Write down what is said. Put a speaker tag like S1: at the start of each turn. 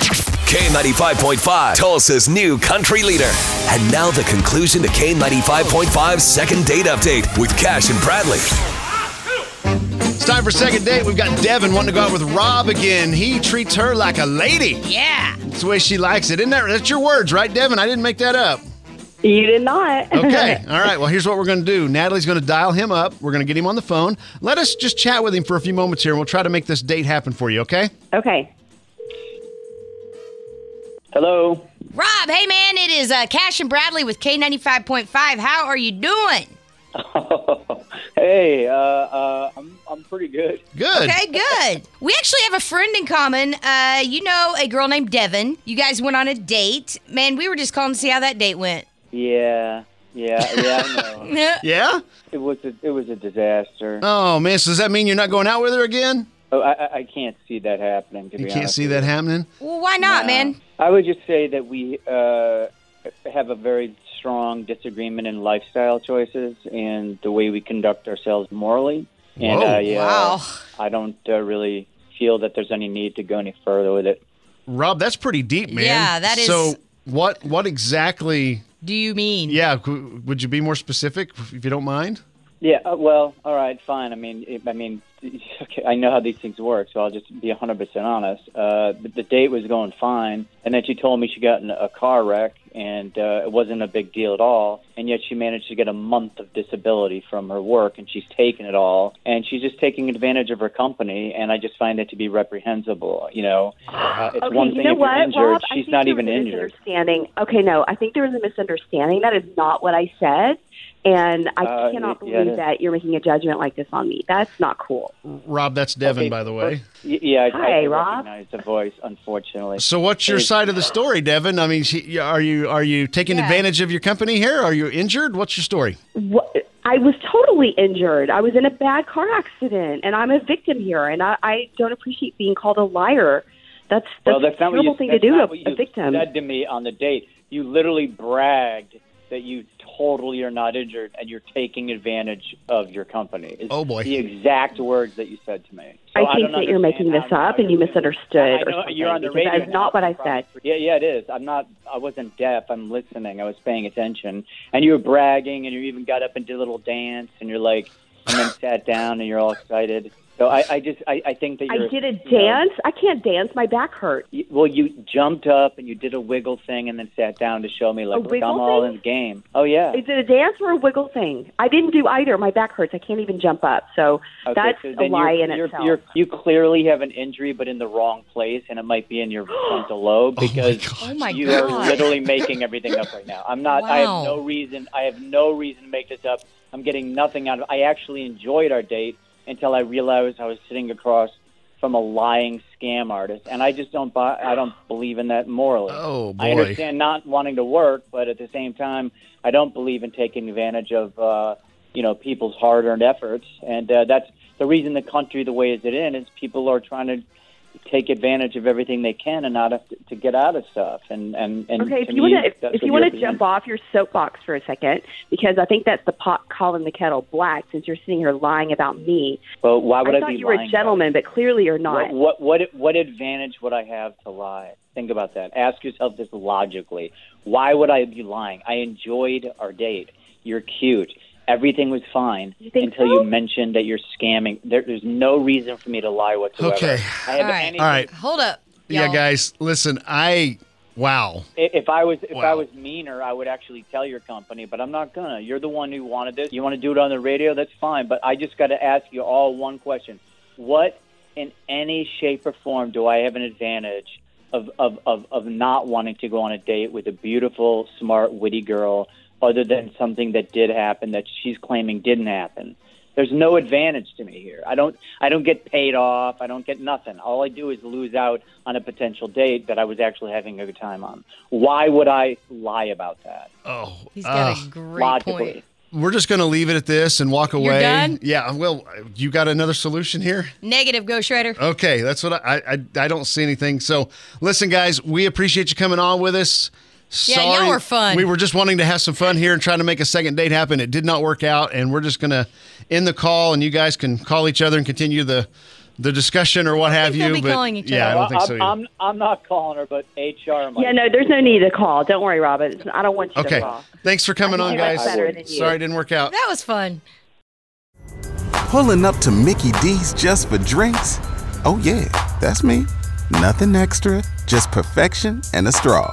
S1: K95.5, Tulsa's new country leader. And now the conclusion to K95.5's second date update with Cash and Bradley.
S2: It's time for second date. We've got Devin wanting to go out with Rob again. He treats her like a lady.
S3: Yeah.
S2: That's the way she likes it. Isn't that? That's your words, right, Devin? I didn't make that up.
S4: You did not.
S2: Okay. All right. Well, here's what we're going to do. Natalie's going to dial him up. We're going to get him on the phone. Let us just chat with him for a few moments here, and we'll try to make this date happen for you. Okay?
S4: okay.
S5: Hello.
S3: Rob, hey man, it is uh, Cash and Bradley with K95.5. How are you doing?
S5: hey, uh, uh, I'm I'm pretty good.
S2: Good.
S3: Okay, good. We actually have a friend in common. Uh, you know a girl named Devin. You guys went on a date. Man, we were just calling to see how that date went.
S5: Yeah, yeah, yeah. I know.
S2: Yeah.
S5: it was a it was a disaster.
S2: Oh man. So does that mean you're not going out with her again?
S5: Oh, I, I- I can't see that happening. To
S2: You
S5: be
S2: can't
S5: honest
S2: see
S5: with
S2: that
S5: you.
S2: happening.
S3: well, why not,
S5: No.
S3: man?
S5: I would just say that we uh, have a very strong disagreement in lifestyle choices and the way we conduct ourselves morally. And
S2: Whoa.
S5: I, uh,
S3: Wow.
S5: I don't uh, really feel that there's any need to go any further with it.
S2: Rob, that's pretty deep, man.
S3: Yeah, that is-
S2: So what? What exactly?
S3: Do you mean?
S2: Yeah. w- Would you be more specific if you don't mind?
S5: Yeah. Uh, well. All right. Fine. I mean. It, I mean. Okay. I know how these things work, so I'll just be 100 percent honest. Uh, the, the date was going fine, and then she told me she got in a car wreck, and uh, it wasn't a big deal at all. And yet she managed to get a month of disability from her work, and she's taking it all, and she's just taking advantage of her company. And I just find that to be reprehensible. You know, uh, it's
S4: okay,
S5: one thing
S4: you know
S5: if
S4: what,
S5: you're injured.
S4: Rob? I
S5: she's
S4: think
S5: not
S4: there
S5: even
S4: was a
S5: injured.
S4: Misunderstanding. Okay, no, I think there was a misunderstanding. That is not what I said. And I
S5: Uh,
S4: cannot
S5: yeah, it
S4: believe
S5: is.
S4: that you're making a judgment like this on me. That's not cool.
S2: Rob, that's Devin,
S5: Okay,
S2: by the way.
S5: Y- Yeah. I,
S4: Hi,
S5: I
S4: Rob.
S5: recognize the voice, unfortunately.
S2: So, what's your
S5: Hey.
S2: side of the story, Devin? I mean, she, are you are you taking
S3: Yeah.
S2: advantage of your company here? Are you injured? What's your story?
S4: Wha- I was totally injured. I was in a bad car accident, and I'm a victim here. And I, I don't appreciate being called a liar. That's, that's,
S5: Well, that's
S4: a
S5: not what
S4: terrible
S5: you,
S4: thing to
S5: that's
S4: do
S5: not
S4: to
S5: what
S4: a-
S5: you
S4: a victim.
S5: said to me on the date. You literally bragged that you totally are not injured and you're taking advantage of your company. It's
S2: Oh, boy.
S5: The exact words that you said to me. So
S4: I think
S5: don't
S4: that you're making
S5: understand
S4: this
S5: how-
S4: up and you
S5: how you're-
S4: misunderstood
S5: I
S4: or
S5: know,
S4: something.
S5: you're on the
S4: because
S5: radio.
S4: That's not what I said.
S5: Yeah, yeah, it is. I'm not. I wasn't deaf. I'm listening. I was paying attention. And you were bragging, and you even got up and did a little dance, and you're like, and then sat down, and you're all excited. So I, I just, I, I think that
S4: I
S5: you're.
S4: did a
S5: you know,
S4: dance. I can't dance. My back hurt.
S5: you- Well, you jumped up and you did a wiggle thing and then sat down to show me like look, I'm
S4: wiggle
S5: all
S4: thing?
S5: in the game. Oh yeah.
S4: Is it a dance or a wiggle thing? I didn't do either. My back hurts. I can't even jump up. So
S5: Okay,
S4: that's
S5: so
S4: a
S5: then
S4: lie
S5: you're,
S4: in
S5: you're,
S4: itself.
S5: You're, you clearly have an injury, but in the wrong place, and it might be in your
S4: Oh
S5: frontal lobe because
S3: Oh my
S5: you are
S3: god.
S5: literally making everything up right now. I'm not. I
S3: Wow.
S5: have no reason. I have no reason to make this up. I'm getting nothing out of. I actually enjoyed our date until I realized I was sitting across from a lying scam artist, and I just don't buy. I don't believe in that morally.
S2: Oh,
S5: I
S2: boy.
S5: understand not wanting to work, but at the same time, I don't believe in taking advantage of uh, you know people's hard-earned efforts, and uh, that's the reason the country the way is it in is people are trying to take advantage of everything they can and not have to, to get out of stuff. And and and
S4: Okay, if
S5: to
S4: you
S5: me,
S4: want to,
S5: that's
S4: if
S5: what
S4: you
S5: you're
S4: want to
S5: presenting.
S4: jump off your soapbox for a second, because I think that's the pot calling the kettle black. Since you're sitting here lying about me,
S5: Well, why would I,
S4: I thought
S5: be
S4: you were a
S5: lying?
S4: gentleman, but clearly you're not.
S5: What, what what what advantage would I have to lie? Think about that. Ask yourself this logically. Why would I be lying? I enjoyed our date. You're cute. Everything was fine
S4: You think
S5: until
S4: so?
S5: you mentioned that you're scamming. There, there's no reason for me to lie whatsoever.
S2: Okay.
S5: I have
S3: All right.
S5: any-
S2: All right.
S3: Hold up.
S2: Yeah,
S3: y'all.
S2: guys. Listen, I wow.
S5: i- If I was if I
S2: Wow.
S5: was meaner, I would actually tell your company, but I'm not gonna. You're the one who wanted this. You want to do it on the radio? That's fine. But I just got to ask you all one question: What, in any shape or form, do I have an advantage of of of, of not wanting to go on a date with a beautiful, smart, witty girl, other than something that did happen that she's claiming didn't happen? There's no advantage to me here. I don't I don't get paid off. I don't get nothing. All I do is lose out on a potential date that I was actually having a good time on. Why would I lie about that?
S2: Oh,
S3: He's got
S2: ugh.
S3: a great
S5: Logically.
S3: point.
S2: we're just going to leave it at this and walk away.
S3: done?
S2: Yeah. Well, you got another solution here?
S3: Negative, Ghost Rider.
S2: Okay, that's what I, I I don't see anything. So listen, guys, we appreciate you coming on with us.
S3: Yeah,
S2: Sorry,
S3: y'all were fun.
S2: We were just wanting to have some fun here and trying to make a second date happen. It did not work out, and we're just gonna end the call, and you guys can call each other and continue the the discussion or what have
S3: think they'll
S2: you.
S3: be
S2: but
S3: calling each
S2: yeah,
S3: other.
S2: I don't think
S5: I'm,
S2: so. either.
S5: I'm I'm not calling her, but HR might.
S4: Yeah, no, there's no need to call. Don't worry, Robin. It's- I don't want you to
S2: okay,
S4: call.
S2: thanks for coming
S4: I
S2: on,
S4: think you're
S2: guys.
S4: much better than you.
S2: Sorry, it didn't work out.
S3: That was fun.
S6: Pulling up to Mickey D's just for drinks? Oh, yeah, that's me. Nothing extra, just perfection and a straw.